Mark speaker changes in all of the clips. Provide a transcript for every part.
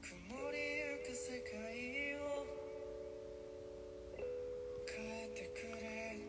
Speaker 1: 曇りゆく世界を変えてくれ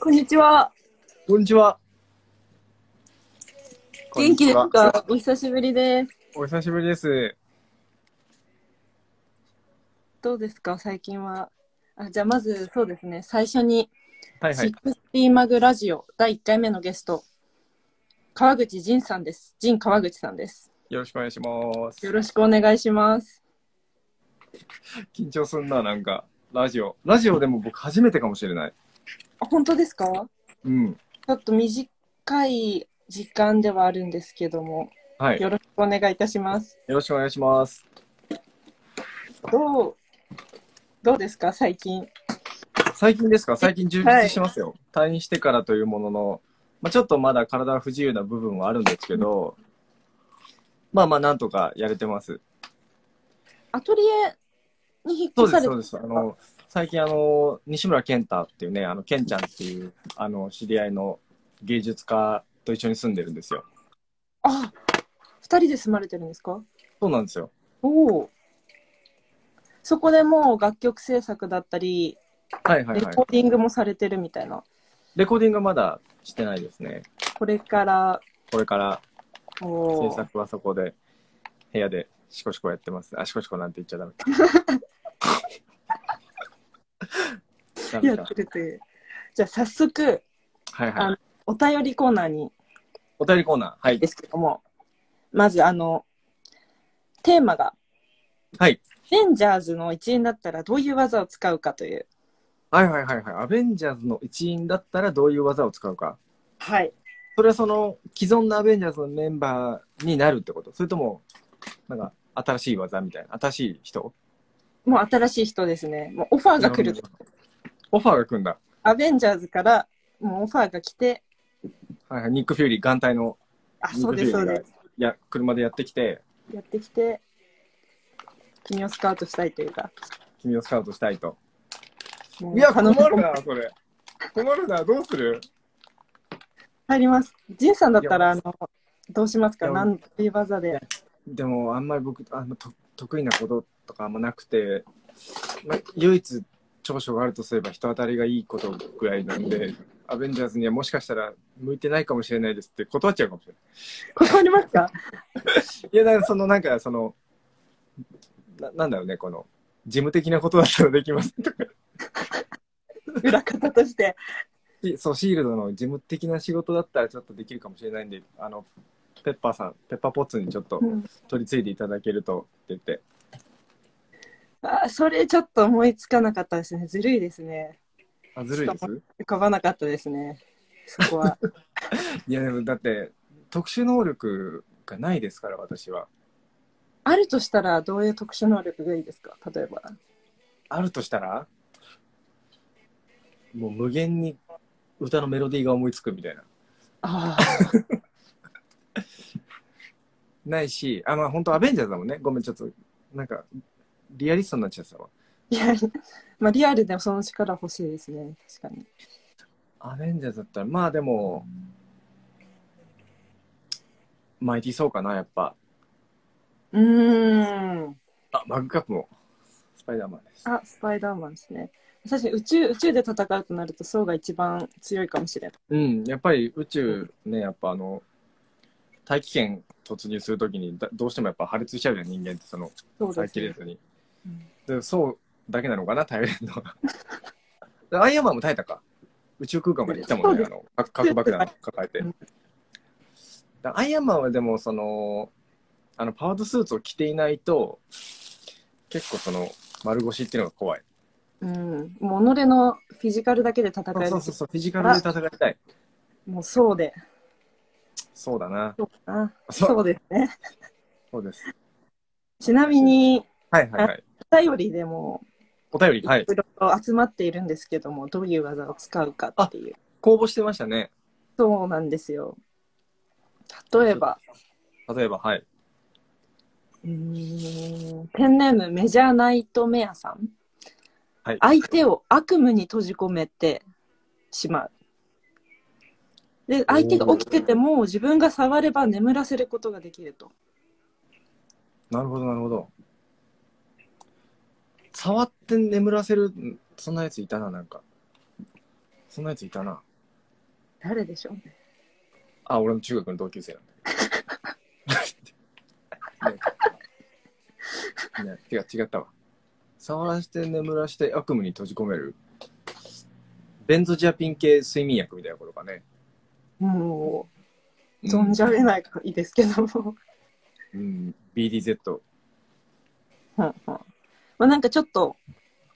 Speaker 2: こんにちは。
Speaker 3: こんにちは。
Speaker 2: 元気です
Speaker 3: こんにちは
Speaker 2: かお久しぶりです。
Speaker 3: お久しぶりです。
Speaker 2: どうですか最近は。あじゃあまずそうですね、最初に、
Speaker 3: はいは
Speaker 2: シッ
Speaker 3: い。
Speaker 2: クスティマグラジオ第1回目のゲスト、川口仁さんです。仁川口さんです。
Speaker 3: よろしくお願いします
Speaker 2: よ。ろしくお願いします。
Speaker 3: 緊張すんな、なんか。ラジオ。ラジオでも僕初めてかもしれない。
Speaker 2: あ本当ですか
Speaker 3: うん。
Speaker 2: ちょっと短い時間ではあるんですけども、
Speaker 3: はい。よ
Speaker 2: よろしくお願いいたします。
Speaker 3: ろしくお願いします。
Speaker 2: どう、どうですか最近。
Speaker 3: 最近ですか最近充実してますよ。退院してからというものの、まあ、ちょっとまだ体不自由な部分はあるんですけど、まあまあなんとかやれてます。
Speaker 2: アトリエに引っ
Speaker 3: そ
Speaker 2: 越さ
Speaker 3: うです、
Speaker 2: れ
Speaker 3: そうです。あの、最近あの、西村健太っていうね、あの、健ちゃんっていう、あの、知り合いの芸術家と一緒に住んでるんですよ。
Speaker 2: あ、二人で住まれてるんですか
Speaker 3: そうなんですよ。
Speaker 2: おお。そこでもう楽曲制作だったり、
Speaker 3: はいはい
Speaker 2: レ
Speaker 3: はい
Speaker 2: コ。ーディングもされてるみたいな。
Speaker 3: レコーディングはまだしてないですね。
Speaker 2: これから、
Speaker 3: これから
Speaker 2: おー
Speaker 3: 制作はそこで、部屋でシコシコやってます。あ、シコシコなんて言っちゃダメ か。ダメ
Speaker 2: や
Speaker 3: か
Speaker 2: ってるという。じゃあ早速、
Speaker 3: はい
Speaker 2: あ
Speaker 3: は
Speaker 2: の
Speaker 3: い。
Speaker 2: お便りコーナーに
Speaker 3: お便りコーナー。はい
Speaker 2: で。すけども、まずあの、テーマが、
Speaker 3: はい。
Speaker 2: レンジャーズの一員だったらどういう技を使うかという。
Speaker 3: はいはいはいはい。アベンジャーズの一員だったらどういう技を使うか。
Speaker 2: はい。
Speaker 3: それはその既存のアベンジャーズのメンバーになるってことそれとも、なんか新しい技みたいな。新しい人
Speaker 2: もう新しい人ですね。もうオファーが来る。
Speaker 3: オファーが来るんだ。
Speaker 2: アベンジャーズからもうオファーが来て、
Speaker 3: はいはい。ニック・フューリー、眼帯の
Speaker 2: あ、
Speaker 3: ニッ
Speaker 2: そう
Speaker 3: ク・フ
Speaker 2: で
Speaker 3: ュ
Speaker 2: す、
Speaker 3: ー
Speaker 2: そう
Speaker 3: リー
Speaker 2: で
Speaker 3: が
Speaker 2: す。
Speaker 3: や車でやってきて、
Speaker 2: やってきて、君をスカウトしたいというか。
Speaker 3: 君をスカウトしたいと。
Speaker 2: もう
Speaker 3: いや、
Speaker 2: 頼
Speaker 3: 困
Speaker 2: み
Speaker 3: るな、 それ。困るな、どうする
Speaker 2: 入ります。ジンさんだったら、あ
Speaker 3: い
Speaker 2: の、どうしますか
Speaker 3: いや
Speaker 2: 何という技
Speaker 3: い
Speaker 2: で
Speaker 3: や。でも、あんまり僕、あんまと得意なこととかあんまなくて、ま唯一長所があるとすれば人当たりがいいことぐらいなんで、アベンジャーズにはもしかしたら向いてないかもしれないですって断っちゃうかもしれな
Speaker 2: 断りますか
Speaker 3: い。いや、だからその、なんか、その、ななんだろうね、この、事務的なことだったらできます とか。
Speaker 2: 裏方と して。
Speaker 3: しそう、シールドの事務的な仕事だったらちょっとできるかもしれないんで、あの、ペッパーさん、ペッパーポッツにちょっと取り継いでいただけるとって言って、
Speaker 2: あそれちょっと思いつかなかったですね。ずるいですね。
Speaker 3: あ、ずるいです
Speaker 2: 浮かばなかったですね。そこ は。
Speaker 3: いや、でもだって、特殊能力がないですから、私は。
Speaker 2: あるとしたら、どういう特殊能力がいいですか例えば。
Speaker 3: あるとしたら、もう無限に歌のメロディーが思いつくみたいな。
Speaker 2: ああ。
Speaker 3: ないし、あ、まあ本当アベンジャーズだもんね。ごめん、ちょっと、なんか、リアリストになっちゃってたわ。
Speaker 2: いや、まあ、リアルでもその力欲しいですね。確かに。
Speaker 3: アベンジャーズだったら、まあでも、マイティーそうかな、やっぱ。
Speaker 2: うーん。
Speaker 3: あ、マグカップも、スパイダーマンです。
Speaker 2: あ、スパイダーマンですね。確かに宇宙、宇宙で戦うとなると、層が一番強いかもしれない。
Speaker 3: うん、やっぱり宇宙ね、やっぱあの、大気圏突入するときにだ、どうしてもやっぱ破裂しちゃうじゃん、人間って、その、
Speaker 2: そう
Speaker 3: サ
Speaker 2: で
Speaker 3: イ
Speaker 2: す
Speaker 3: キレ
Speaker 2: ね
Speaker 3: ー。ズに。
Speaker 2: うん
Speaker 3: で、そうだけなのかな、耐えれるのは。で アイアンマンも耐えたか。宇宙空間まで来たもん
Speaker 2: そうで
Speaker 3: ね、
Speaker 2: す
Speaker 3: あの、核核爆弾抱えて
Speaker 2: うん。
Speaker 3: だアイアンマンはでも、その、あの、パワードスーツを着ていないと、結構その、丸腰っていうのが怖い。
Speaker 2: うん、もう己のフィジカルだけで戦
Speaker 3: そう
Speaker 2: える
Speaker 3: そうそうそう、フィジカルで戦いたい。
Speaker 2: もうそうで
Speaker 3: そうだな。
Speaker 2: そうかな
Speaker 3: そう
Speaker 2: そうですね
Speaker 3: そうです。
Speaker 2: ちなみに
Speaker 3: はいはいはい。
Speaker 2: お便りでも
Speaker 3: お便り、はいい。
Speaker 2: ろいろ集まっているんですけどもどういう技を使うかっていう
Speaker 3: 公募してましたね。
Speaker 2: そうなんですよ例えば
Speaker 3: 例えば、はい。
Speaker 2: うーんペンネームメジャーナイトメアさん、
Speaker 3: はい
Speaker 2: 相手を悪夢に閉じ込めてしまうで相手が起きてても自分が触れば眠らせることができると
Speaker 3: なるほど、なるほど。触って眠らせる、んそんなやついたな、なんか。そんなやついたな。
Speaker 2: 誰でしょうね
Speaker 3: あ、俺の中学の同級生なんだけど。 ねね、違う違ったわ。触らせて眠らして悪夢に閉じ込める。ベンゾジアピン系睡眠薬みたいなことかね。
Speaker 2: もう存じ上げないからいいですけども、
Speaker 3: うん、BDZ。
Speaker 2: うんうん まあ、なんかちょっと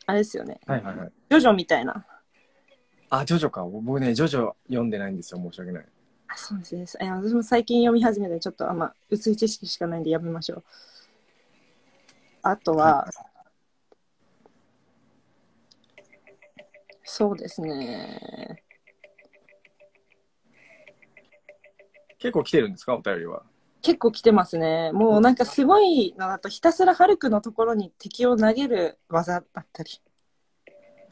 Speaker 2: あれですよね
Speaker 3: はいはいはい。
Speaker 2: ジョジョみたいな
Speaker 3: あ、ジョジョか。僕ね、ジョジョ読んでないんですよ。申し訳ない。
Speaker 2: あそうですねえ私も最近読み始めてちょっとあんま薄い知識しかないんでやめましょうあとは、そうですね
Speaker 3: 結構来てるんですかお便りは。
Speaker 2: 結構来てますねもうなんかすごいのだとひたすらハルクのところに敵を投げる技だったり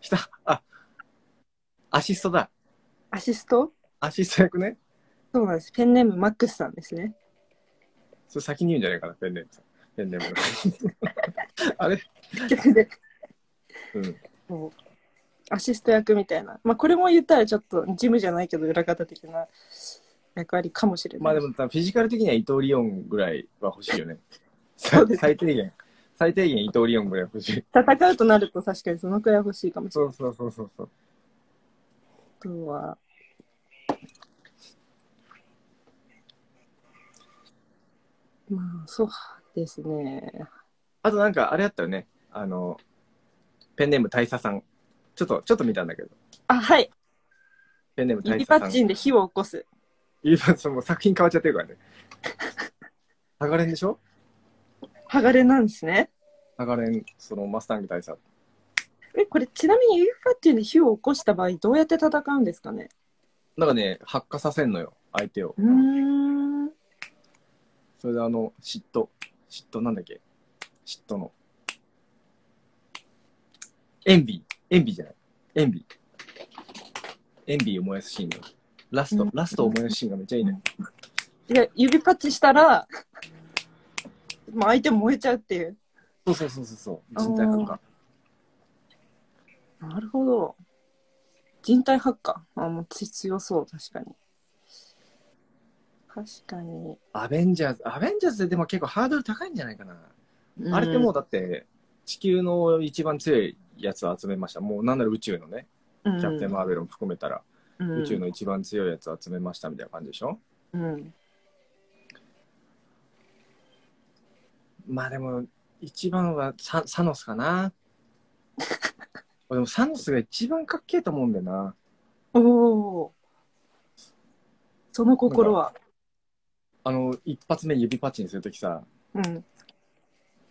Speaker 3: 下、あ、アシストだ。
Speaker 2: アシスト
Speaker 3: アシスト役ね。
Speaker 2: そうなんですペンネームマックスさんですね
Speaker 3: それ先に言うんじゃないかな、ペンネームさん。ペンネームがあれうん。
Speaker 2: そうアシスト役みたいな、まあ、これも言ったらちょっとジムじゃないけど裏方的な役割かもしれない
Speaker 3: まあでも、フィジカル的には伊藤リオンぐらいは欲しいよね。
Speaker 2: そうです
Speaker 3: 最低限。最低限伊藤リオンぐらい欲しい。
Speaker 2: 戦うとなると確かにそのくらい欲しいかもしれない。
Speaker 3: そうそうそうそうそう。
Speaker 2: あとは、まあ、そうですね。
Speaker 3: あとなんか、あれあったよね。あの、ペンネーム大佐さん。ちょっと、ちょっと見たんだけど。
Speaker 2: あ、はい。
Speaker 3: ペンネーム
Speaker 2: イ
Speaker 3: 大
Speaker 2: リ
Speaker 3: 佐
Speaker 2: パ
Speaker 3: さ
Speaker 2: ッ
Speaker 3: ん。
Speaker 2: チンで火を起こす。
Speaker 3: イリパッチンもう作品変わっちゃってるからね。ハガレンでしょ
Speaker 2: 剥がれなんですね。
Speaker 3: ハガレン、そのマスタング大佐。
Speaker 2: え、これちなみにイリパッチンで火を起こした場合、どうやって戦うんですかね
Speaker 3: なんかね、発火させんのよ、相手を。
Speaker 2: うーん。
Speaker 3: それであの、嫉妬。嫉妬なんだっけ嫉妬の。エンビー。エンビーじゃない。エンビー。エンビーを燃やすシーンよ。ラスト、
Speaker 2: うん
Speaker 3: ラストを燃やすシーンがめっちゃいいね。
Speaker 2: いや、指パッチンしたら、まあ相手燃えちゃうっていう。
Speaker 3: そうそうそうそうそう。人体発火。
Speaker 2: なるほど。人体発火。あ、もうつ強そう、確かに。確かに。
Speaker 3: アベンジャーズ、アベンジャーズででも結構ハードル高いんじゃないかな。
Speaker 2: うん
Speaker 3: あれってもうだって、地球の一番強いやつを集めました。もうなんなら宇宙のね、
Speaker 2: うん、
Speaker 3: キャプテン・マーベルも含めたら、
Speaker 2: うん
Speaker 3: 宇宙の一番強いやつを集めましたみたいな感じでしょ
Speaker 2: うん。
Speaker 3: まあでも、一番はササノスかな。 でもサノスが一番かっけえと思うんだよな。
Speaker 2: おお。その心は。
Speaker 3: あの、一発目指パッチンするときさ、
Speaker 2: うん。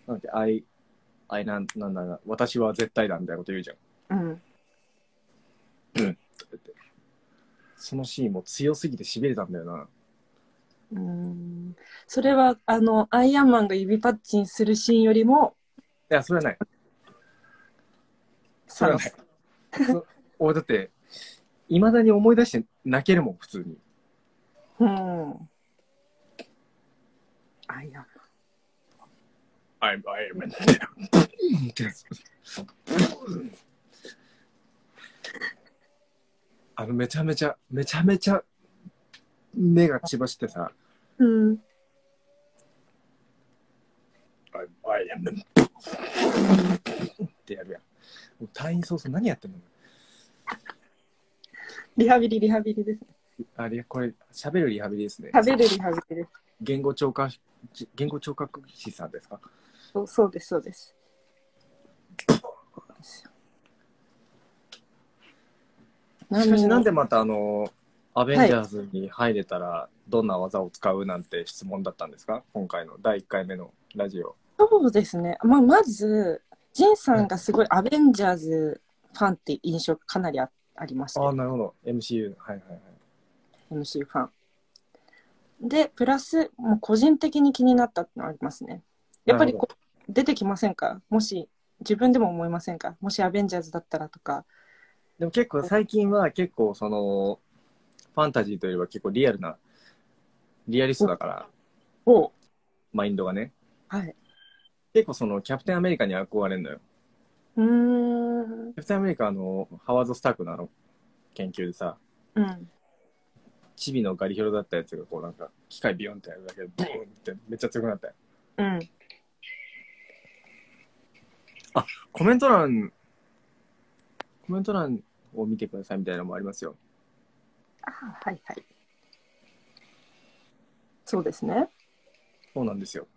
Speaker 3: なんて、あい、あいなん、なんだ、私は絶対だみたいなこと言うじゃん。
Speaker 2: うん。
Speaker 3: そのシーンも強すぎて痺れたんだよな。
Speaker 2: うん。それは、あの、アイアンマンが指パッチンするシーンよりも、
Speaker 3: いや、それはない。そ
Speaker 2: サ
Speaker 3: れ
Speaker 2: ノ
Speaker 3: は
Speaker 2: ス
Speaker 3: ない。そ俺だって、いまだに思い出して泣けるもん、普通に。
Speaker 2: うん。アイアン
Speaker 3: アイアイマンってやつ あのめちゃめちゃめちゃめちゃ目が血走ってさ
Speaker 2: マン。うん。
Speaker 3: 「アイアイマン」ってやるやんもう隊員早々何やってんの
Speaker 2: リハビリ、リハビリですね。
Speaker 3: あれこれ喋るリハビリですね
Speaker 2: 食べるリハビリです。
Speaker 3: 言語聴覚言語聴覚士さんですか
Speaker 2: そうそうです、そうです。な
Speaker 3: しかしなん
Speaker 2: で
Speaker 3: でまたあの、アベンジャーズに入れたらどんな技を使うなんて質問だったんですか今回の第1回目のラジオ。
Speaker 2: そうですね、まあ、まず、ジンさんがすごいアベンジャーズファンって印象がかなりあありました
Speaker 3: ああ、なるほど。MCU。はいはいはい。
Speaker 2: MC ファン。で、プラス、もう個人的に気になったってのはありますね。やっぱりこう出てきませんかもし、自分でも思いませんかもしアベンジャーズだったらとか。
Speaker 3: でも結構最近は結構その、ファンタジーといえば結構リアルな、リアリストだから、
Speaker 2: を、
Speaker 3: マインドがね。
Speaker 2: はい。
Speaker 3: 結構そのキャプテンアメリカに憧れるのよ。
Speaker 2: うーん。
Speaker 3: キャプテンアメリカあのハワード・スタークのあの研究でさ、
Speaker 2: うん。
Speaker 3: チビのガリヒョロだったやつがこうなんか機械ビヨンってやるだけでブーンってめっちゃ強くなったよ。
Speaker 2: うん。
Speaker 3: コメント欄、コメント欄を見てくださいみたいなのもありますよ。
Speaker 2: あはいはい。そうですね。
Speaker 3: そうなんですよ。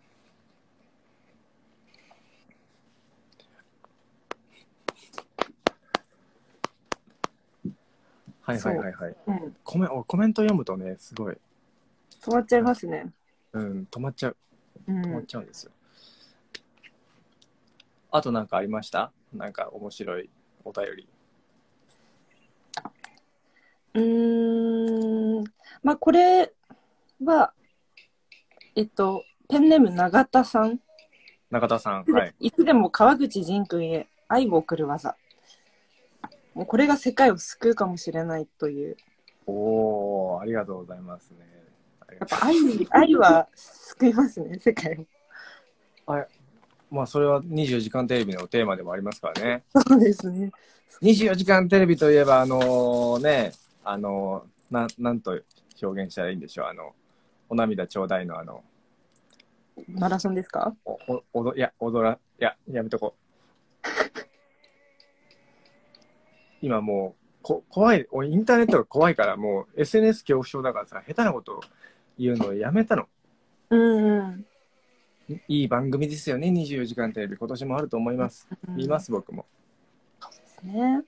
Speaker 3: はいはいはいはい。
Speaker 2: うん。
Speaker 3: コメおコメント読むとね、すごい、
Speaker 2: 止まっちゃいますね。
Speaker 3: うん、止まっちゃう。
Speaker 2: う
Speaker 3: 止まっ
Speaker 2: ん。
Speaker 3: ちゃうんですよ。あとなんかありましたなんか面白いお便り。
Speaker 2: うーん。まあ、これは、えっと、ペンネーム永田さん。
Speaker 3: 中田さん。はい。
Speaker 2: いつでも川口仁君へ愛を送る技。もうこれが世界を救うかもしれないという。
Speaker 3: おー、ありがとうございますね。あり
Speaker 2: や
Speaker 3: が
Speaker 2: っ
Speaker 3: とう
Speaker 2: ぱ 愛、愛は救いますね、世界を。
Speaker 3: まあそれは24時間テレビのテーマでもありますからね。
Speaker 2: そうですね。
Speaker 3: 24時間テレビといえば、あのね、あのな、なんと表現したらいいんでしょう。あの、お涙ちょうだいのあの、
Speaker 2: マラソンですか
Speaker 3: お、お、おど、いや、踊ら、いや、やめとこう。今もう、こ、怖い、俺インターネットが怖いから、もう SNS 恐怖症だからさ、下手なこと言うのやめたの。
Speaker 2: うんうん。
Speaker 3: いい番組ですよね、24時間テレビ。今年もあると思います。見ます、僕も。
Speaker 2: すね。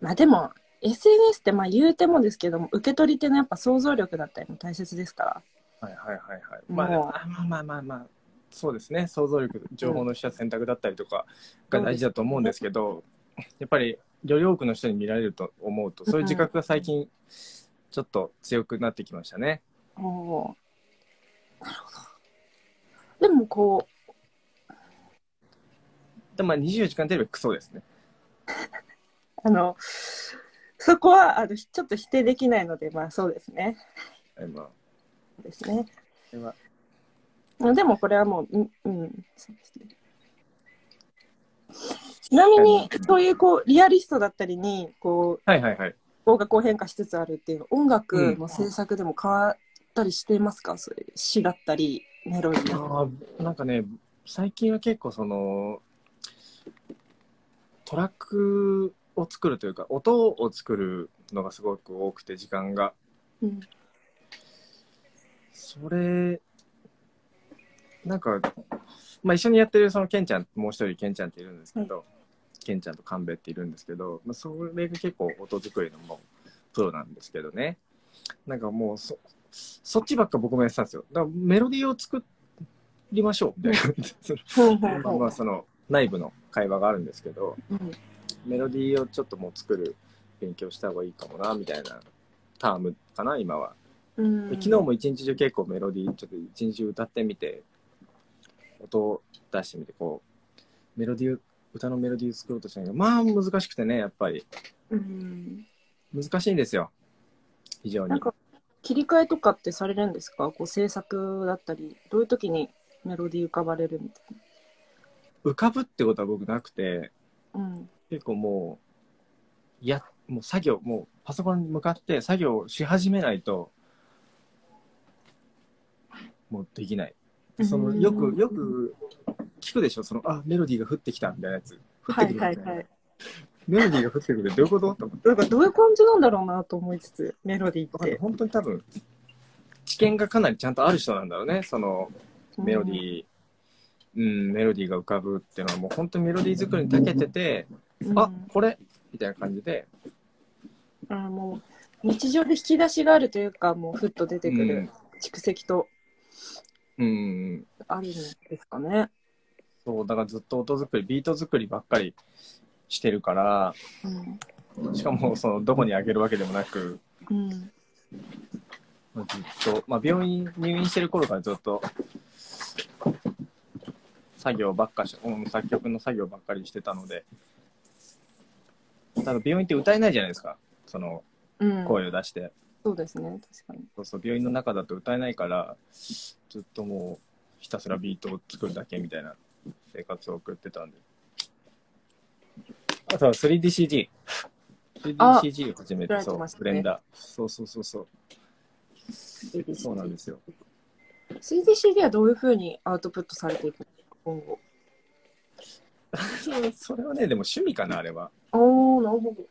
Speaker 2: まあでも、SNS ってまあ言うてもですけども、受け取り手のやっぱ想像力だったりも大切ですから。
Speaker 3: はいはいはいはい。まあ、
Speaker 2: もう
Speaker 3: あまあまあまあまあ、そうですね、想像力、情報の取捨選択だったりとかが大事だと思うんですけど、やっぱりより多くの人に見られると思うと、そういう自覚が最近、ちょっと強くなってきましたね。
Speaker 2: おーなるほど。でもこ
Speaker 3: でまあ、24時間テレビはクソですね。
Speaker 2: う、あの、そこはあのちょっと否定できないので、まあそうですね。
Speaker 3: えまあ
Speaker 2: ですね。
Speaker 3: これは
Speaker 2: でもこれはもう、うん、うん、そうですね。ちなみに
Speaker 3: う、ん
Speaker 2: そういうこう、リアリストだったりに、こう、
Speaker 3: はいはいはい。
Speaker 2: 方がこう変化しつつあるっていうの、音楽の制作でも変わったりしていますか、そういう詩だったり、メロディーの。
Speaker 3: あーなんかね、最近は結構その、トラックを作るというか、音を作るのがすごく多くて、時間が。
Speaker 2: うん、
Speaker 3: それ、なんか、まあ、一緒にやってるそのケンちゃん、もう一人ケンちゃんっているんですけど、ケンちゃんと神戸っているんですけど、まあ、それが結構音作りのもうプロなんですけどね。なんかもうそ、そっちばっか僕もやってたんですよ。だからメロディーを作りましょうみたいな。そ
Speaker 2: ほうほ
Speaker 3: の
Speaker 2: う
Speaker 3: まあ
Speaker 2: ほ
Speaker 3: ま
Speaker 2: う
Speaker 3: あ、その内部の会話があるんですけど、
Speaker 2: うん
Speaker 3: メロディーをちょっともう作る勉強した方がいいかもな、みたいなタームかな、今は。
Speaker 2: うん
Speaker 3: で昨日も一日中結構メロディーちょっと一日中歌ってみて音を出してみてこうメロディー歌のメロディーを作ろうとしたんだけどまあ難しくてねやっぱり
Speaker 2: うん
Speaker 3: 難しいんですよ非常
Speaker 2: な
Speaker 3: に
Speaker 2: んか切り替えとかってされるんですかこう制作だったりどういう時にメロディー浮かばれるみたい
Speaker 3: 浮かぶってことは僕なくて
Speaker 2: な、うん、
Speaker 3: 結構もういやもう作業もうパソコンに向かって作業をし始めないともうできないそのよくよく聞くでしょそのあメロディーが降ってきたみたいなやつ降っ
Speaker 2: は
Speaker 3: てくる
Speaker 2: い
Speaker 3: みた
Speaker 2: はいい
Speaker 3: な、
Speaker 2: はい
Speaker 3: メロディーが降ってくるってどういうことと思って
Speaker 2: なんかどういう感じなんだろうなと思いつつメロディー って
Speaker 3: 本当に多分知見がかなりちゃんとある人なんだろうねそのメロディー、うんメロディーが浮かぶっていうのはもう本当にメロディー作りに長けてて、
Speaker 2: うん
Speaker 3: あこれみたいな感じで、
Speaker 2: あーもう日常で引き出しがあるというかもうふっと出てく
Speaker 3: うん
Speaker 2: る蓄積と
Speaker 3: うん、
Speaker 2: あるんですかね。
Speaker 3: そう、だからずっと音作り、ビート作りばっかりしてるから、
Speaker 2: うん
Speaker 3: しかも、その、どこにあげるわけでもなく、
Speaker 2: うん
Speaker 3: ずっと、まあ、病院入院してる頃からずっと、作業ばっかし、うん作曲の作業ばっかりしてたので、ただ病院って歌えないじゃないですか、その
Speaker 2: うん、
Speaker 3: 声を出して。
Speaker 2: そうですね確かに。
Speaker 3: そうそう、病院の中だと歌えないから、ずっともう、ひたすらビートを作るだけみたいな生活を送ってたんで。あとは 3DCG。
Speaker 2: あ
Speaker 3: 3DCG を始め
Speaker 2: 作られ
Speaker 3: て、
Speaker 2: て
Speaker 3: そう
Speaker 2: まし、た
Speaker 3: ブ
Speaker 2: ね
Speaker 3: レンダー。そうそうそうそう。
Speaker 2: 3DCG
Speaker 3: そうなんですよ。
Speaker 2: 3DCD はどういうふうにアウトプットされていくの今後。
Speaker 3: それはね、でも趣味かな、あれは。
Speaker 2: おーなるほど。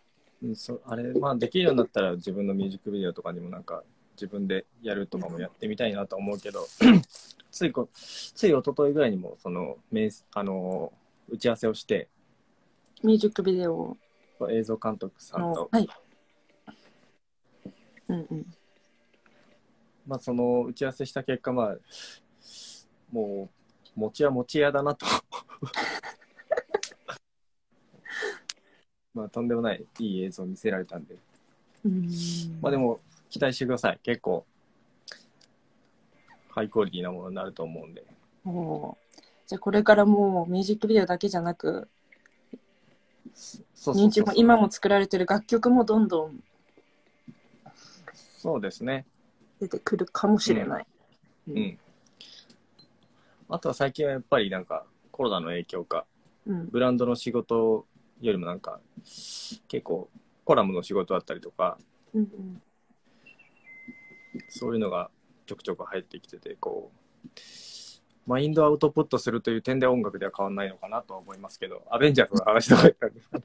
Speaker 3: うん、そあれ、まあ、できるようになったら自分のミュージックビデオとかにもなんか、自分でやるとかもやってみたいなと思うけど、ついこ、つい一昨日ぐらいにも、その、面あの、打ち合わせをして、
Speaker 2: ミュージックビデオ
Speaker 3: 映像監督さん
Speaker 2: の
Speaker 3: と、
Speaker 2: はい。うんうん。
Speaker 3: まあ、その打ち合わせした結果、まあ、もう、餅は餅屋だなと。まあ、とんでもない、いい映像を見せられたんで。
Speaker 2: うん
Speaker 3: まあ、でも、期待してください。結構、ハイクオリティなものになると思うんで。
Speaker 2: おーじゃあこれからもうミュージックビデオだけじゃなく
Speaker 3: そうそうそう
Speaker 2: 認知も今も作られてる楽曲もどんどん
Speaker 3: そうですね。
Speaker 2: 出てくるかもしれない。
Speaker 3: うん。あとは最近はやっぱりなんか、コロナの影響か、
Speaker 2: うん
Speaker 3: ブランドの仕事よりもなんか結構コラムの仕事だったりとか
Speaker 2: うんうん
Speaker 3: そういうのがちょくちょく入ってきててこうマインドアウトプットするという点では音楽では変わんないのかなとは思いますけどアベンジャーズの話とか言ったんですけど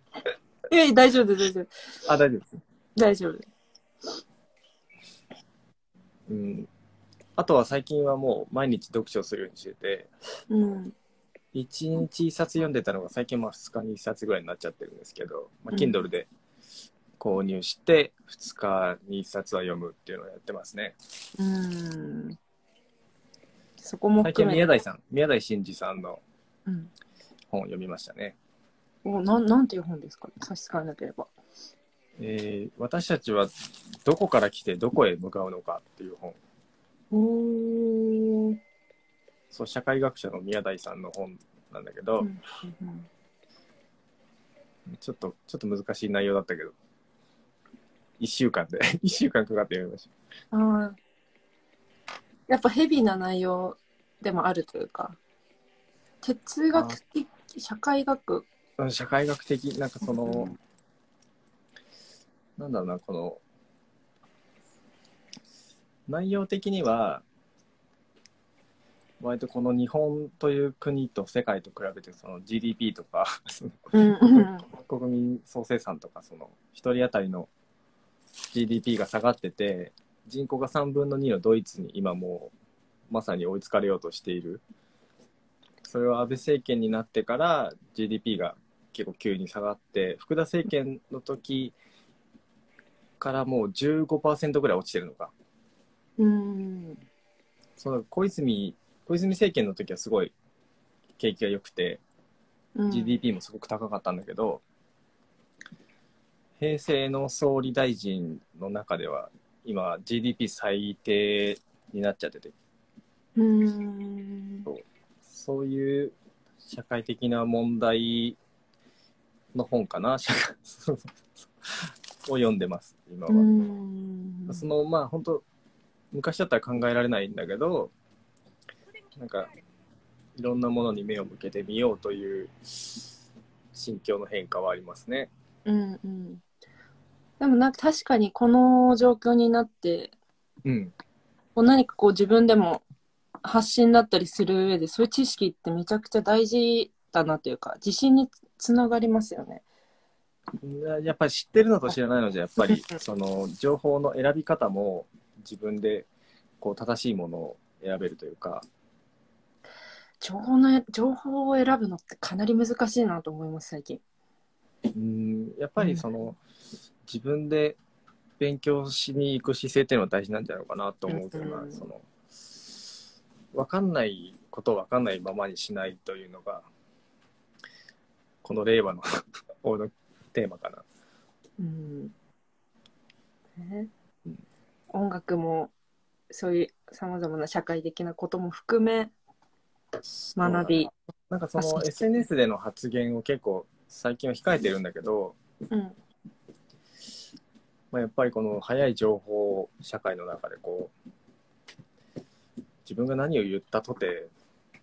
Speaker 2: え大丈夫です大丈夫
Speaker 3: あ大丈夫です、
Speaker 2: 大丈夫。
Speaker 3: うん、あとは最近はもう毎日読書するようにしてて
Speaker 2: うん
Speaker 3: 1日1冊読んでたのが最近まあ2日に1冊ぐらいになっちゃってるんですけど、ま
Speaker 2: う
Speaker 3: あ、
Speaker 2: ん
Speaker 3: Kindle で購入して2日に1冊は読むっていうのをやってますね
Speaker 2: うん。そこも
Speaker 3: 最近
Speaker 2: 含
Speaker 3: は
Speaker 2: め
Speaker 3: 宮
Speaker 2: て。
Speaker 3: 台さん、宮台真司さんの
Speaker 2: うん
Speaker 3: 本を読みましたね。
Speaker 2: おなんなんていう本ですか差し支えなければ。
Speaker 3: えー私たちはどこから来てどこへ向かうのかっていう本。
Speaker 2: おー
Speaker 3: そう、社会学者の宮台さんの本なんだけど、
Speaker 2: うんうん
Speaker 3: ちょっと、ちょっと難しい内容だったけど、1週間で、1週 間かかって読みまし
Speaker 2: うんあーやっぱヘビーな内容でもあるというか哲学的社会学
Speaker 3: た。社会学的、なんかその、なんだろうな、この、内容的には、割とこの日本という国と世界と比べて、その GDP とか、 その
Speaker 2: うんうん
Speaker 3: 国民総生産とか、その一人当たりの GDP が下がってて、人口が3分の2のドイツに今もう、まさに追いつかれようとしている。それは安倍政権になってから GDP が結構急に下がって、福田政権の時からもう15%ぐらい落ちてるのか。
Speaker 2: うん
Speaker 3: その小泉、小泉政権の時はすごい景気が良くて、
Speaker 2: うん
Speaker 3: GDP もすごく高かったんだけど、平成の総理大臣の中では、今、GDP 最低になっちゃってて、
Speaker 2: うん
Speaker 3: そういう社会的な問題の本かな、社会 を読んでます、今は。
Speaker 2: うん
Speaker 3: その、まあ、本当昔だったら考えられないんだけど、なんか、いろんなものに目を向けてみようという心境の変化はありますね。
Speaker 2: うんうんでもなんか確かにこの状況になって
Speaker 3: うん、
Speaker 2: こう何かこう自分でも発信だったりする上でそういう知識ってめちゃくちゃ大事だなというか自信につながりますよね。
Speaker 3: やっぱり知ってるのと知らないのじゃやっぱり
Speaker 2: うん
Speaker 3: その情報の選び方も自分でこう正しいものを選べるというか
Speaker 2: 情報の情報を選ぶのってかなり難しいなと思います最近。
Speaker 3: うんやっぱりその、自分で勉強しに行く姿勢っていうのは大事なんじゃないのかなと思うけどな、
Speaker 2: うん
Speaker 3: その分かんないことを分かんないままにしないというのがこの令和の 王のテーマかな。
Speaker 2: うんね
Speaker 3: うん
Speaker 2: 音楽もそういうさまざまな社会的なことも含め学び。
Speaker 3: なんかそ
Speaker 2: あそ
Speaker 3: の
Speaker 2: う
Speaker 3: SNS での発言を結構最近は控えてるんだけど、
Speaker 2: うん
Speaker 3: まあ、やっぱりこの早い情報社会の中でこう自分が何を言ったとて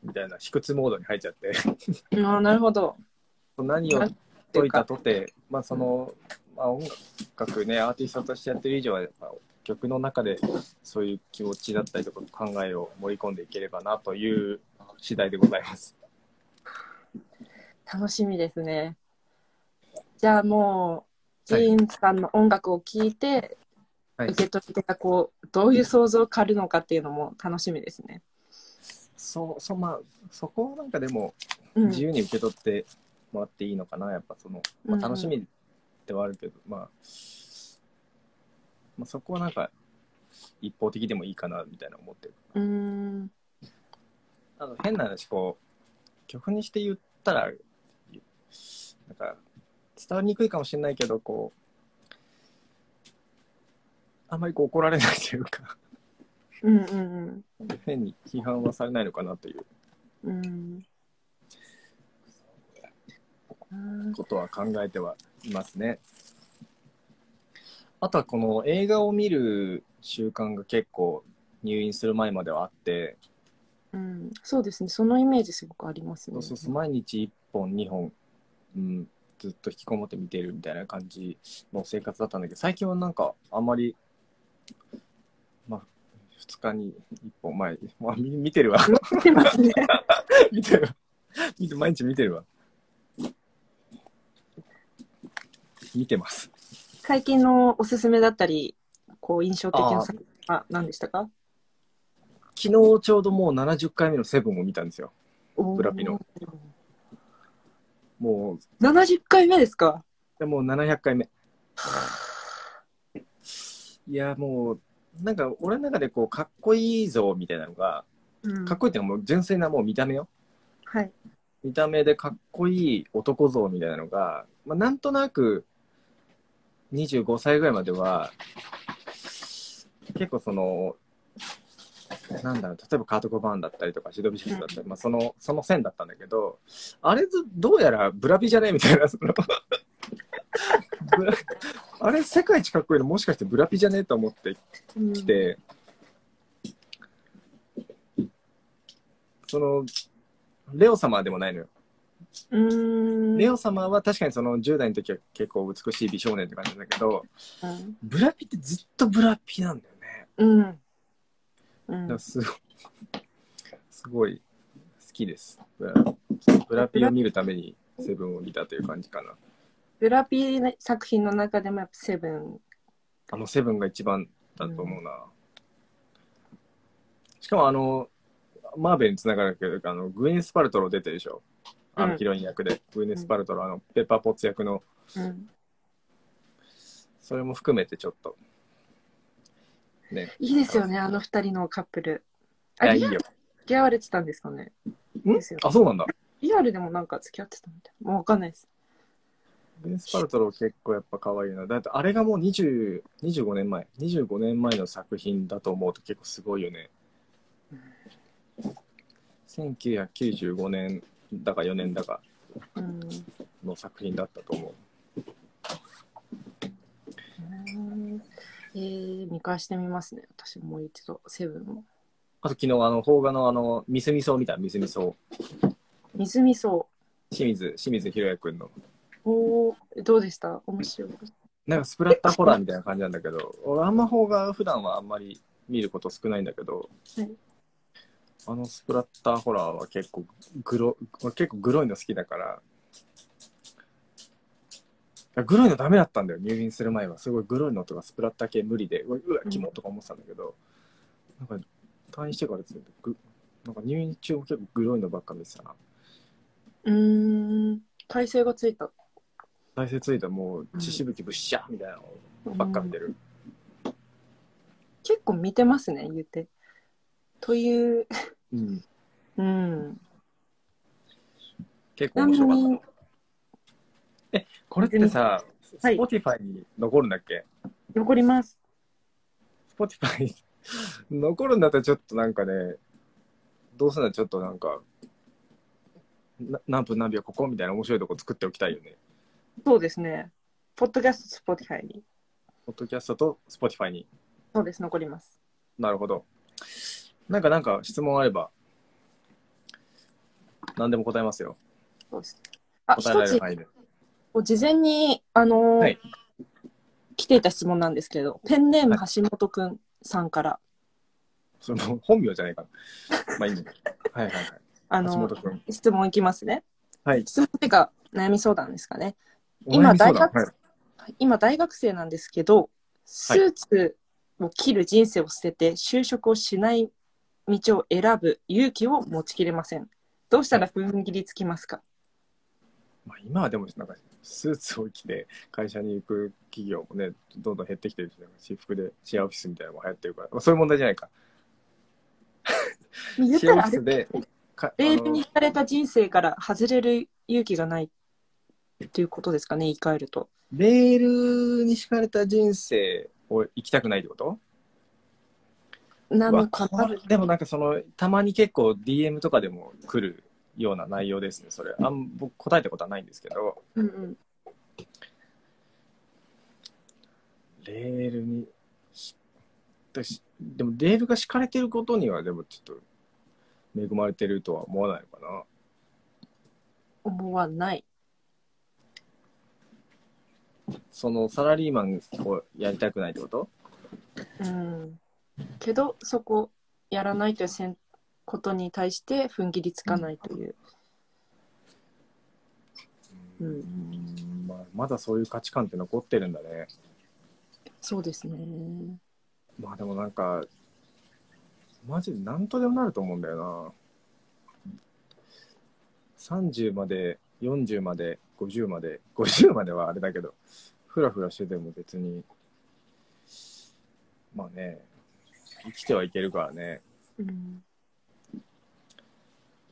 Speaker 3: みたいな卑屈モードに入っちゃって
Speaker 2: あーなるほど。
Speaker 3: 何を解いたとて、まあその、まあ、音楽ね、アーティストとしてやってる以上は、やっぱ曲の中でそういう気持ちだったりとか考えを盛り込んでいければなという次第でございます。
Speaker 2: 楽しみですね。じゃあもう、
Speaker 3: はい
Speaker 2: ジーンズさんの音楽を聴いて、
Speaker 3: はい
Speaker 2: 受け取り手がこうどういう想像を狩るのかっていうのも楽しみですね。
Speaker 3: そう、そう、まあ、そこをなんかでも
Speaker 2: うん
Speaker 3: 自由に受け取ってもらっていいのかな、やっぱその、まあ、楽しみではあるけど、まあ、まあ、そこはなんか一方的でもいいかな、みたいな思ってる。
Speaker 2: うんうん
Speaker 3: あの変な話こう曲にして言ったらなんか伝わりにくいかもしれないけどこうあんまりこう怒られないというか
Speaker 2: うんうん
Speaker 3: 変に批判はされないのかなという
Speaker 2: うんうん
Speaker 3: ことは考えてはいますね。あとはこの映画を見る習慣が結構入院する前まではあって、
Speaker 2: うん、そうですね、そのイメージすごくあります
Speaker 3: そ
Speaker 2: ね。
Speaker 3: うそうそう毎日1本2本、うん、ずっと引きこもって見てるみたいな感じの生活だったんだけど最近はなんかあんまりまあ2日に1本前、まあ、み見てるわ
Speaker 2: 見てますね。
Speaker 3: 見てるわ見て毎日見てるわ見てます
Speaker 2: 最近のおすすめだったり、こう印象的な作品は何でしたか
Speaker 3: 昨日ちょうどもう70回目の「セブンを見たんですよ
Speaker 2: ブ
Speaker 3: ラピの。もう
Speaker 2: 70回目ですか
Speaker 3: でもう700回目。いや、もう、なんか俺の中でこう、かっこいいぞみたいなのが、
Speaker 2: うん
Speaker 3: かっこいいってのはもう純粋なもう見た目よ。
Speaker 2: はい。
Speaker 3: 見た目でかっこいい男像みたいなのが、まあ、なんとなく25歳ぐらいまでは、結構その、なんだろう、例えばカート・コバーンだったりとか、シドビシスだったり、まあ、その、その線だったんだけど、あれず、どうやらブラピじゃねえみたいな、その、ブラあれ世界一かっこいいのもしかしてブラピじゃねえと思って
Speaker 2: うん
Speaker 3: きて、その、レオ様でもないのよ。
Speaker 2: うーん。
Speaker 3: レオ様は確かにその10代の時は結構美しい美少年って感じなんだけど、
Speaker 2: うん。
Speaker 3: ブラピってずっとブラピなんだよね。
Speaker 2: うん。う
Speaker 3: だ
Speaker 2: ん
Speaker 3: からすごい、すごい好きです。ブラブラピを見るためにセブンを見たという感じかな。
Speaker 2: ブラピの作品の中でもやっぱセブン。
Speaker 3: あのセブンが一番だと思うな。しかもあの、マーベルにつながるけど、あの、グエネス・パルトロ出てるでしょ。あ
Speaker 2: う
Speaker 3: の
Speaker 2: ん
Speaker 3: ヒロイン役で。グエネス・パルトロ、あの、ペッパーポッツ役の、
Speaker 2: うん、
Speaker 3: それも含めてちょっと。
Speaker 2: いいですよね、あの二人のカップル。
Speaker 3: い
Speaker 2: あ
Speaker 3: や、い
Speaker 2: リ
Speaker 3: い
Speaker 2: アル
Speaker 3: よ。
Speaker 2: 付き合われてたんですかね
Speaker 3: ん
Speaker 2: ですよ
Speaker 3: あ、そうなんだ。
Speaker 2: リアルでもなんか付き合ってたみたいな。もうわかんないです。
Speaker 3: グエネス・パルトロ結構やっぱ可愛いな。だってあれがもう20、25年前、25年前の作品だと思うと結構すごいよね。1995年だか4年だか
Speaker 2: うん。う
Speaker 3: の作品だったと思う。
Speaker 2: ーんえー、見返してみますね。私もう一度、セブンを。
Speaker 3: あと昨日、あの、邦画のあの、ミスミソを見た、ミスミソ
Speaker 2: みずみそ
Speaker 3: 清水、清水博也くんの。
Speaker 2: う。おーどうでした面白い。
Speaker 3: なんかスプラッターホラーみたいな感じなんだけど、俺あんま邦画普段はあんまり見ること少ないんだけど、
Speaker 2: はい
Speaker 3: あのスプラッターホラーは結構グロ、俺結構グロいの好きだから、あグロいのダメだったんだよ、入院する前は。すごいグロいのとかスプラッター系無理で、うわ、うわキモとか思ってたんだけど、なんか退院してからですね、ぐなんか入院中も結構グロいのばっか見てたな。
Speaker 2: うーん。体勢がついた。
Speaker 3: 大切いだもう血しぶきぶっしゃみたいなのばっか見てる、
Speaker 2: 結構見てますね、言って。という、
Speaker 3: うん
Speaker 2: うん。
Speaker 3: 結構面白かった
Speaker 2: ちなみに
Speaker 3: のえこれってさ
Speaker 2: はい
Speaker 3: Spotify に残るんだっけ、
Speaker 2: 残ります。
Speaker 3: Spotify 残るんだったらちょっとなんかねどうせならちょっとなんかな何分何秒ここみたいな面白いとこ作っておきたいよね
Speaker 2: そうですね。ポッドキャスト、Spotify に。
Speaker 3: ポッドキャストと Spotify に
Speaker 2: そうです、残ります。
Speaker 3: なるほどなんかなんか質問あれば何でも答えますよ
Speaker 2: そうです。あ、
Speaker 3: 答えら
Speaker 2: 一
Speaker 3: れ
Speaker 2: つ
Speaker 3: る、範囲で
Speaker 2: 事前に、あのー
Speaker 3: はい
Speaker 2: 来ていた質問なんですけど、ペンネーム橋本くんさんから、
Speaker 3: それもう本名じゃないかなまあいいんだはいはいはい
Speaker 2: あ
Speaker 3: 橋
Speaker 2: の
Speaker 3: 本君
Speaker 2: 質問いきますね。
Speaker 3: はい
Speaker 2: 質問っていうか、悩み相談ですかね。
Speaker 3: お悩
Speaker 2: 今
Speaker 3: み相
Speaker 2: 大
Speaker 3: 談
Speaker 2: 学、今大学生なんですけどスーツを着る人生を捨てて就職をしない道を選ぶ勇気を持ちきれませんどうしたら踏ん切りつきますか、
Speaker 3: まあ、今はでもなんかスーツを着て会社に行く企業もねどんどん減ってきてるしなんか私服でシェアオフィスみたいなのも流行ってるから、まあ、そういう問題じゃないか
Speaker 2: 言っ
Speaker 3: シェ
Speaker 2: た
Speaker 3: アオ
Speaker 2: らあ
Speaker 3: フィ
Speaker 2: れ
Speaker 3: スでかあ
Speaker 2: レールに
Speaker 3: の
Speaker 2: 引かれた人生から外れる勇気がないっていうことですかね言い換えると
Speaker 3: レールに敷かれた人生を生きたくないってこと
Speaker 2: なのか
Speaker 3: わ
Speaker 2: な
Speaker 3: るでもなんかそのたまに結構 DM とかでも来るような内容ですねそれあん僕答えたことはないんですけど
Speaker 2: うんうん
Speaker 3: レールにし私でもレールが敷かれてることにはでもちょっと恵まれてるとは思わないのかな
Speaker 2: 思わない
Speaker 3: そのサラリーマンをやりたくないってこと
Speaker 2: うんけどそこやらないというせんことに対して踏ん切りつかないといううん
Speaker 3: んまあ、まだそういう価値観って残ってるんだね
Speaker 2: そうですね
Speaker 3: まあでもなんかマジで何とでもなると思うんだよな30まで40まで50まで50まではあれだけどふらふらしてても別にまあね生きてはいけるからね
Speaker 2: うん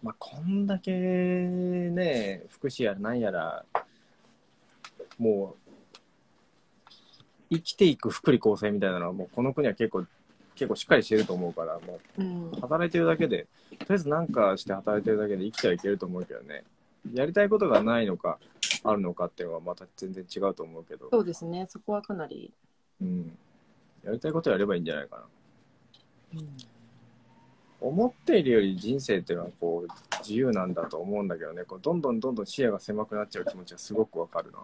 Speaker 3: まあ、こんだけね、福祉やらなんやら、もう、生きていく福利厚生みたいなのは、もうこの国は結構、結構しっかりしてると思うから、も
Speaker 2: うん
Speaker 3: う、働いてるだけで、とりあえずなんかして働いてるだけで生きてはいけると思うけどね、やりたいことがないのか、あるのかっていうのはまた全然違うと思うけど、
Speaker 2: そうですね、そこはかなり。
Speaker 3: うん。やりたいことやればいいんじゃないかな。思っているより人生っていうのはこう自由なんだと思うんだけどねこうどんどんどんどん視野が狭くなっちゃう気持ちはすごくわかるな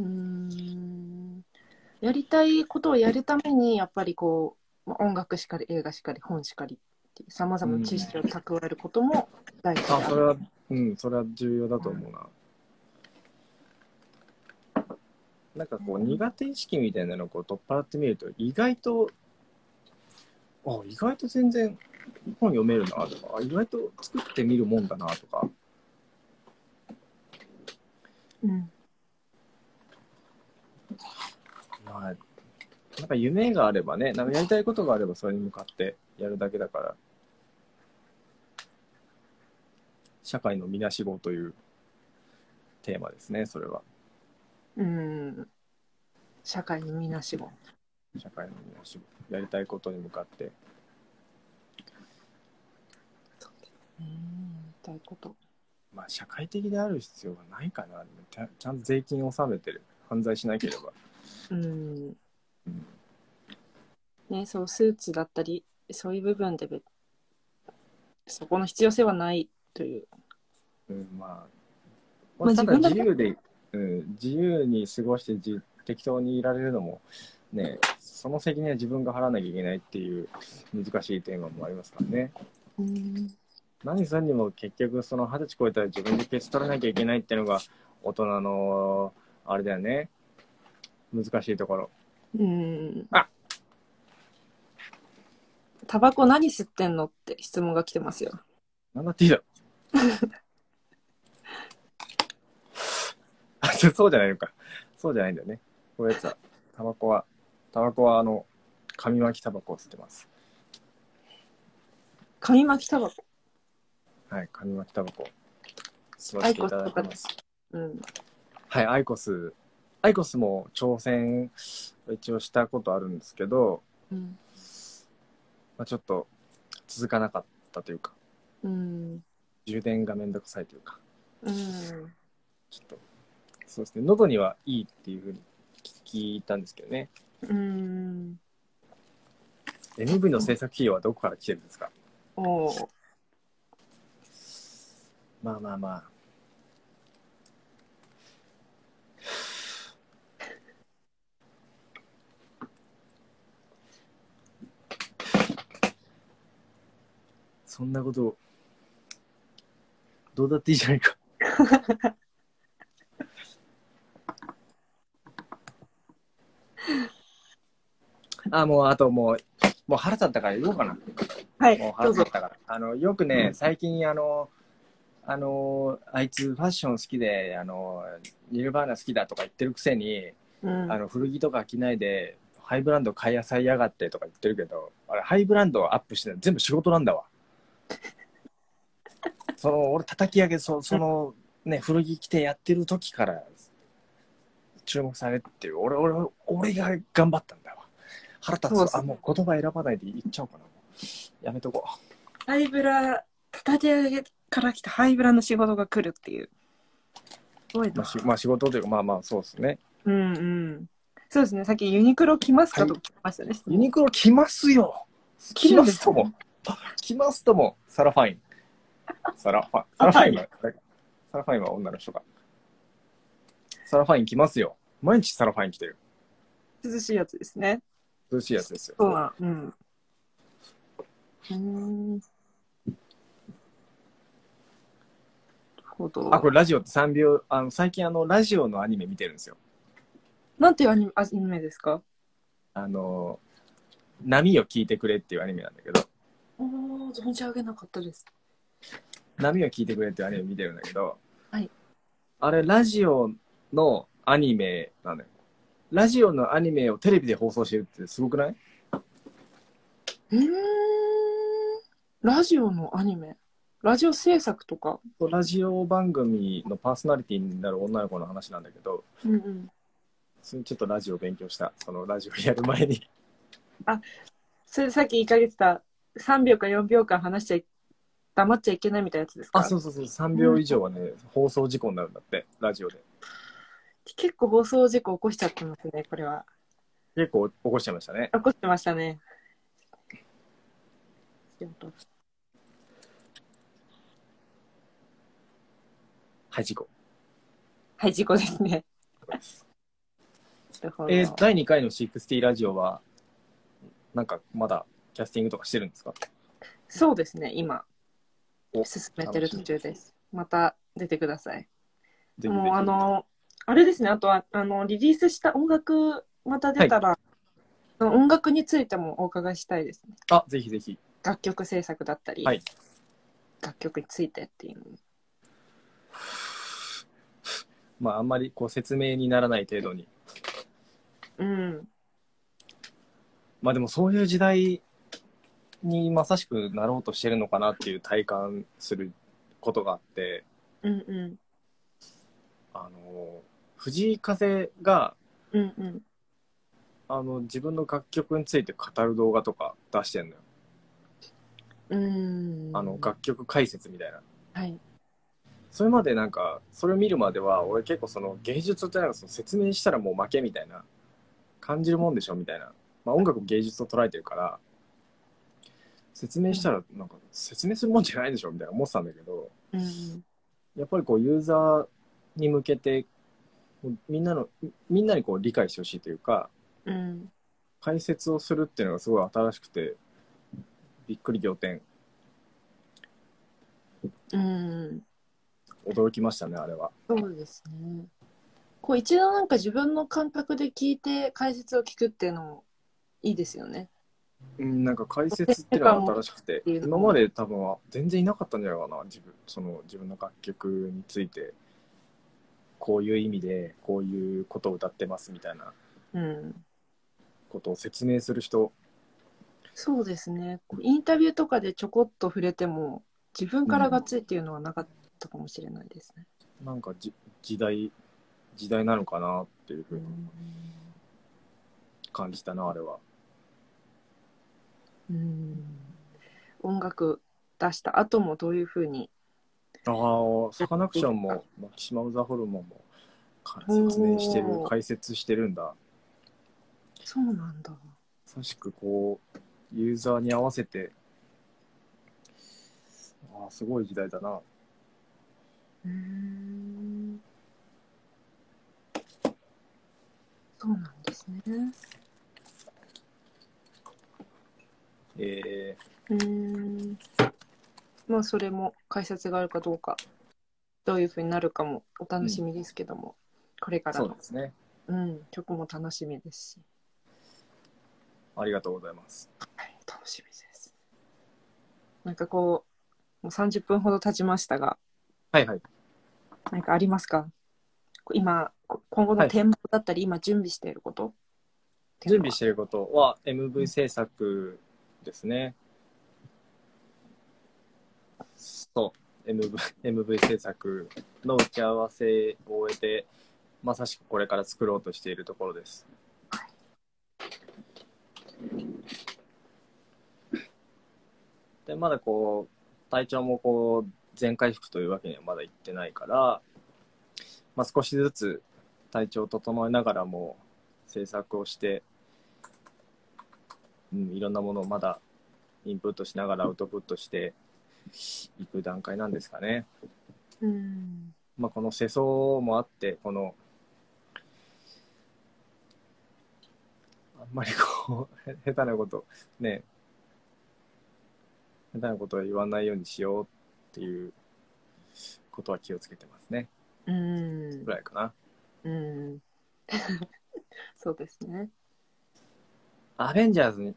Speaker 2: うん。やりたいことをやるために、やっぱりこう、まあ音楽しかり、映画しかり、本しかり、さまざまな知識を蓄えることも大事
Speaker 3: あ
Speaker 2: だ、
Speaker 3: それはうんそれは重要だと思うな、なんかこう苦手意識みたいなのをこう取っ払ってみると意外とあ意外と全然本読めるなとかあ意外と作ってみるもんだなとか
Speaker 2: うん。
Speaker 3: まあ、なんか夢があればね、なんかやりたいことがあればそれに向かってやるだけだから、社会のみなしごというテーマですね、それは。
Speaker 2: うん。社会にみなしご。
Speaker 3: 社会のみなしご。やりたいことに向かって。
Speaker 2: うん。たいこと。
Speaker 3: まあ、社会的である必要がないかな。ちゃちゃんと税金を納めてる。犯罪しなければ。
Speaker 2: うん。ね、そう、スーツだったり、そういう部分でべ、そこの必要性はないという。
Speaker 3: うん、まあ、
Speaker 2: ま
Speaker 3: ま
Speaker 2: あ
Speaker 3: あ、た
Speaker 2: 自
Speaker 3: だ
Speaker 2: 分だ
Speaker 3: 自由で、うん、自由に過ごしてじ適当にいられるのも、ね、その責任は自分が払わなきゃいけないっていう難しいテーマもありますからね。
Speaker 2: うん。
Speaker 3: 何するにも結局、その二十歳超えたら自分でケツ取らなきゃいけないっていうのが、大人の、あれだよね、難しいところ。
Speaker 2: うん。
Speaker 3: あ
Speaker 2: タバコ何吸ってんのって質問が来てますよ。
Speaker 3: なんだっていいだろ。あそそうじゃないのか。 そうじゃないんだよね。こういうやつは、タバコは、タバコはあの、紙巻きタバコを吸ってます。
Speaker 2: 紙巻きタバコ。
Speaker 3: はい、紙巻きタバコを吸わせていただいてます。
Speaker 2: うん。
Speaker 3: はい、アイコス。アイコスも挑戦、一応したことあるんですけど、
Speaker 2: うん。
Speaker 3: まあ、ちょっと続かなかったというか、
Speaker 2: うん。
Speaker 3: 充電がめんどくさいというか、
Speaker 2: うん。
Speaker 3: ちょっと、そうですね、喉にはいいっていうふうに聞いたんですけどね。
Speaker 2: うん。
Speaker 3: MV の制作費用はどこから来てるんですか
Speaker 2: おー
Speaker 3: まあまあまあ。そんなこと、どうだっていいじゃない か。あ、もう、あともう、もう腹立ったから言おうかな。
Speaker 2: はい
Speaker 3: もう、
Speaker 2: ど
Speaker 3: 腹
Speaker 2: う
Speaker 3: 立っ
Speaker 2: ぞ。
Speaker 3: たから。あの、よくね、最近、あの、あの、あいつファッション好きで、あの、ニルバーナ好きだとか言ってるくせに、
Speaker 2: うん
Speaker 3: あ。の、古着とか着ないで、ハイブランド買いあさいやがってとか言ってるけど、あれ、ハイブランドをアップしてるの全部仕事なんだわ。 その、俺叩き上げ、そその、ね、古着着てやってる時から、注目されてる。俺、俺、俺が頑張ったんだわ。腹立つ
Speaker 2: そう
Speaker 3: わ
Speaker 2: ですね
Speaker 3: あ、もう言葉選ばないで言っちゃおうかな。やめとこう。
Speaker 2: ハイブラ、叩き上げから来たハイブラの仕事が来るっていう。すごい
Speaker 3: まあ、
Speaker 2: な。
Speaker 3: し まあ仕事というかまあまあそうですね
Speaker 2: うんうん。そうですね。さっきユニクロ来ますかと聞きましたね。
Speaker 3: ユニクロ来ますよ
Speaker 2: 来
Speaker 3: 来
Speaker 2: るん
Speaker 3: ま
Speaker 2: です
Speaker 3: すとも来ますともサラファインサラ ファサラファインはサラファインは女の人がサラファイン来ますよ毎日サラファイン来てる
Speaker 2: 涼しいやつですね。
Speaker 3: 涼しいやつですよ
Speaker 2: そうなうん。うん。なるほど。
Speaker 3: あこれラジオって3秒あの最近あのラジオのアニメ見てるんですよ
Speaker 2: なんていうアニメアニメですか
Speaker 3: あの波を聞いてくれっていうアニメなんだけど
Speaker 2: おお存じ上げなかったです。
Speaker 3: 波を聞いてくれっていうアニメ見てるんだけど、
Speaker 2: はい
Speaker 3: あれラジオのアニメなのよラジオのアニメをテレビで放送してるってすごくないう
Speaker 2: ーん。ラジオのアニメ。ラジオ制作とか。
Speaker 3: ラジオ番組のパーソナリティになる女の子の話なんだけど
Speaker 2: うんうん。
Speaker 3: それちょっとラジオ勉強したそのラジオやる前に
Speaker 2: それさっき言いかけてた3秒か4秒間話しちゃい、黙っちゃいけないみたいなやつですか
Speaker 3: あそうそうそう3秒以上はね、放送事故になるんだってラジオで
Speaker 2: 結構放送事故起こしちゃってますね、これは。
Speaker 3: 結構起こしちゃいましたね
Speaker 2: 起こしてましたね。
Speaker 3: はい事故
Speaker 2: はい、事故ですね。なるほど
Speaker 3: えー第2回の60ラジオはなんかまだキャスティングとかしてるんですか
Speaker 2: そうですね、今
Speaker 3: お。
Speaker 2: 進めてる途中です。また出てください。
Speaker 3: ぜひぜひ
Speaker 2: もうあの、あれですね、あとは、あの、リリースした音楽、また出たら、その音楽についてもお伺いしたいですね。
Speaker 3: あぜひぜひ
Speaker 2: 楽曲制作だったり、
Speaker 3: はい
Speaker 2: 楽曲についてっていうのも
Speaker 3: まあ、あんまりこう説明にならない程度に。
Speaker 2: うん。
Speaker 3: まあでもそういう時代にまさしくなろうとしてるのかなっていう体感することがあって、
Speaker 2: うんうん。
Speaker 3: あの、藤井風が、
Speaker 2: うんうん。
Speaker 3: あの、自分の楽曲について語る動画とか出してんのよ。
Speaker 2: うん。
Speaker 3: あの、楽曲解説みたいな。
Speaker 2: はい。
Speaker 3: それまでなんか、それを見るまでは、俺結構その芸術ってなんかその説明したらもう負けみたいな、感じるもんでしょみたいな。まあ音楽も芸術と捉えてるから、説明したらなんか説明するもんじゃないでしょみたいな思ってたんだけど、
Speaker 2: うんうん。
Speaker 3: やっぱりこうユーザーに向けて、もうみんなの、みんなにこう理解してほしいというか、
Speaker 2: うん。
Speaker 3: 解説をするっていうのがすごい新しくて、びっくり仰天。
Speaker 2: うん。
Speaker 3: 驚きましたね、あれは。
Speaker 2: そうですね。こう一度なんか自分の感覚で聞いて解説を聞くっていうのもいいですよね。
Speaker 3: うん、なんか解説っていうのが新しくて、
Speaker 2: うん
Speaker 3: 今まで多分は全然いなかったんじゃないかな、自分、その自分の楽曲についてこういう意味でこういうことを歌ってますみたいな
Speaker 2: うん、
Speaker 3: ことを説明する人
Speaker 2: そうですねこうインタビューとかでちょこっと触れても自分からがっついっていうのはなかったかもしれないですね。
Speaker 3: なんかじ時代時代なのかなっていうふうに感じたなあれは。
Speaker 2: うん音楽出した後もどういうふうに
Speaker 3: ああサカナクションもマキシマム・ザ・ホルモンもか説明してる
Speaker 2: おー
Speaker 3: 解説してるんだ
Speaker 2: そうなんだ。
Speaker 3: まさしくこうユーザーに合わせてああすごい時代だな
Speaker 2: うんそうなんですね。
Speaker 3: え
Speaker 2: うんまあそれも解説があるかどうかどういうふうになるかもお楽しみですけども、これか
Speaker 3: ー、
Speaker 2: ら
Speaker 3: そう
Speaker 2: の
Speaker 3: ですね
Speaker 2: うん、曲も楽しみですし、
Speaker 3: ありがとうございます
Speaker 2: はい、楽しみです。なんかこう、もう30分ほど経ちましたが、
Speaker 3: はいはい
Speaker 2: 何かありますかこう今、こ今後の展望だったり、今準備していることってい
Speaker 3: 準
Speaker 2: うの
Speaker 3: 備
Speaker 2: は
Speaker 3: していることは MV 制作ですね。そう、MV, MV 制作の打ち合わせを終えて、まさしくこれから作ろうとしているところです。で、まだこう、体調もこう、全回復というわけにはまだいってないから、まあ、少しずつ体調を整えながらも、制作をして、うん、いろんなものをまだインプットしながらアウトプットしていく段階なんですかね。
Speaker 2: うん
Speaker 3: まあ、この世相もあって、この、あんまりこう、 へ下手なこと、ね、下手なことは言わないようにしようっていうことは気をつけてますね。
Speaker 2: うん
Speaker 3: ぐらいか
Speaker 2: う
Speaker 3: な。
Speaker 2: ん、 そうですね。
Speaker 3: アベンジャーズに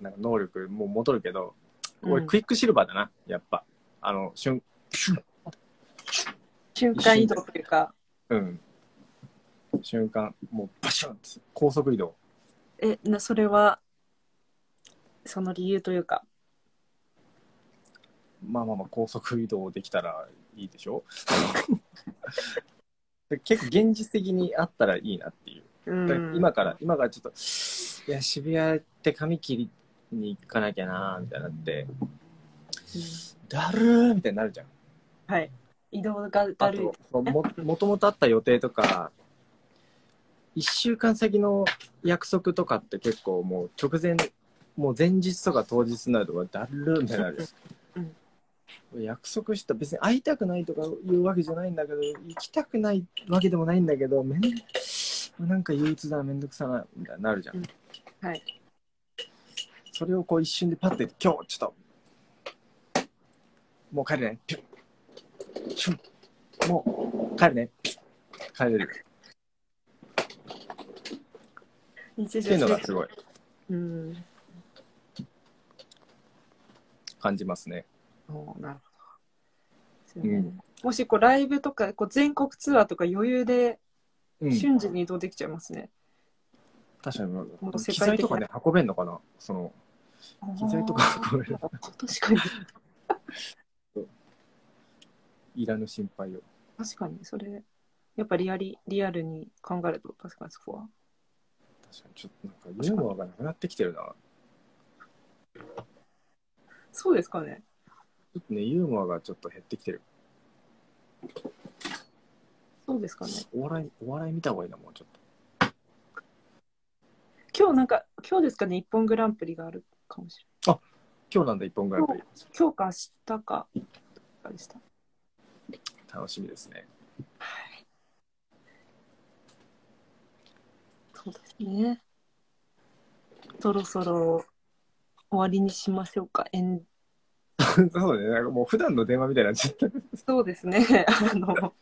Speaker 3: なんか能力もう戻るけど、俺、
Speaker 2: うん
Speaker 3: クイックシルバーだな、やっぱ。あの、瞬、
Speaker 2: 瞬間移動というか、
Speaker 3: うん。瞬間、もうバシュンって、高速移動。
Speaker 2: え、なそれは、その理由というか、
Speaker 3: まあまあまあ、高速移動できたらいいでしょ 結構現実的にあったらいいなっていう。だから今から、今からちょっと、いや、渋谷って髪切りに行かなきゃなみたいになって、だるーみたいになるじゃん。
Speaker 2: はい、移動がだ
Speaker 3: あ
Speaker 2: るい
Speaker 3: とそうももともとあった予定とか1週間先の約束とかって結構もう直前もう前日とか当日になるとかだるーみたいになる、
Speaker 2: うん
Speaker 3: 約束した別に会いたくないとか言うわけじゃないんだけど行きたくないわけでもないんだけどめんなんか憂鬱だめんどくさなみたいになるじゃん、
Speaker 2: うんはい
Speaker 3: それをこう一瞬でパッて今日ちょっともう帰るねピュッシュンもう帰るね帰れる
Speaker 2: 日
Speaker 3: っていう
Speaker 2: 常
Speaker 3: の
Speaker 2: 生
Speaker 3: が
Speaker 2: 活
Speaker 3: すごい
Speaker 2: うん、
Speaker 3: 感じますね。
Speaker 2: おーなるほど、そ
Speaker 3: うん
Speaker 2: うねもしこうライブとかこう全国ツアーとか余裕で
Speaker 3: うん、
Speaker 2: 瞬時に移動できちゃいますね、
Speaker 3: 確かに
Speaker 2: もう世界的な
Speaker 3: 機材とかね運べんのかなその機材とか運べる
Speaker 2: あー確かに
Speaker 3: いらぬ心配を。
Speaker 2: 確かにそれやっぱリアリリアルに考えると確かにそこは
Speaker 3: 確かにちょっとなんかユーモアがなくなってきてるな。
Speaker 2: そうですかね
Speaker 3: ちょっとねユーモアがちょっと減ってきてる。
Speaker 2: そうですかね
Speaker 3: お笑いお笑い見た方がいいなもうちょっと。
Speaker 2: 今日なんか今日ですかね一本グランプリがあるかもしれな
Speaker 3: 今日なんだ一本ぐらいで
Speaker 2: い今日か明日かどっかでした
Speaker 3: 楽しみですね。
Speaker 2: そうですね。そろそろ終わりにしましょうか。エン
Speaker 3: そうねなんかもう普段の電話みたいになっ ちゃった
Speaker 2: そうですね。 あの、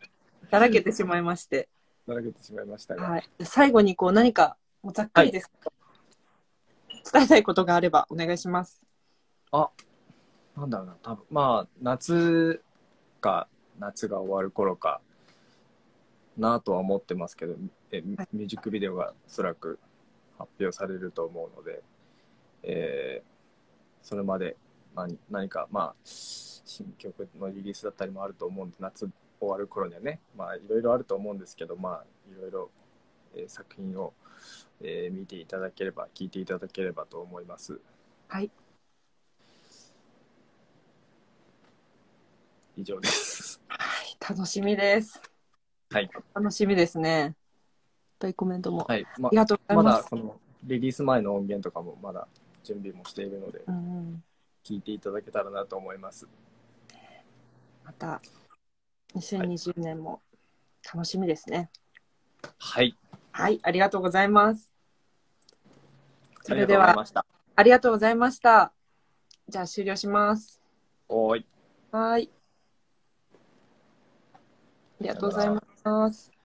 Speaker 2: だらけてしまいまして。
Speaker 3: だらけてしまいましたが、
Speaker 2: はい。最後にこう何か、もうざっくりですけど、伝えたいことがあればお願いします。
Speaker 3: なんだろうな多分まあ夏か夏が終わる頃かなとは思ってますけど、え
Speaker 2: はい
Speaker 3: ミュージックビデオがおそらく発表されると思うので、えーそれまで何何か、まあ、新曲のリリースだったりもあると思うんで、夏終わる頃にはね、まあ、いろいろあると思うんですけど、まあ、いろいろ、えー作品を、えー見ていただければ、聴いていただければと思います。
Speaker 2: はい。
Speaker 3: 以上です。
Speaker 2: 楽しみです。
Speaker 3: はい。
Speaker 2: 楽しみですね。いっぱいコメントも。
Speaker 3: はい。ま
Speaker 2: ありがとうござ
Speaker 3: ま
Speaker 2: いま
Speaker 3: だ
Speaker 2: す。
Speaker 3: このリリース前の音源とかもまだ準備もしているので
Speaker 2: うん。
Speaker 3: 聞いていただけたらなと思います。
Speaker 2: また、2020年も楽しみですね。
Speaker 3: はい、
Speaker 2: はい、ありがとうございます。
Speaker 3: あ
Speaker 2: そ
Speaker 3: り
Speaker 2: れ
Speaker 3: がとう
Speaker 2: で
Speaker 3: ござい
Speaker 2: は、
Speaker 3: ました。
Speaker 2: ありがとうございました。じゃあ終了します。
Speaker 3: おーい。
Speaker 2: はい。ありがとうございます。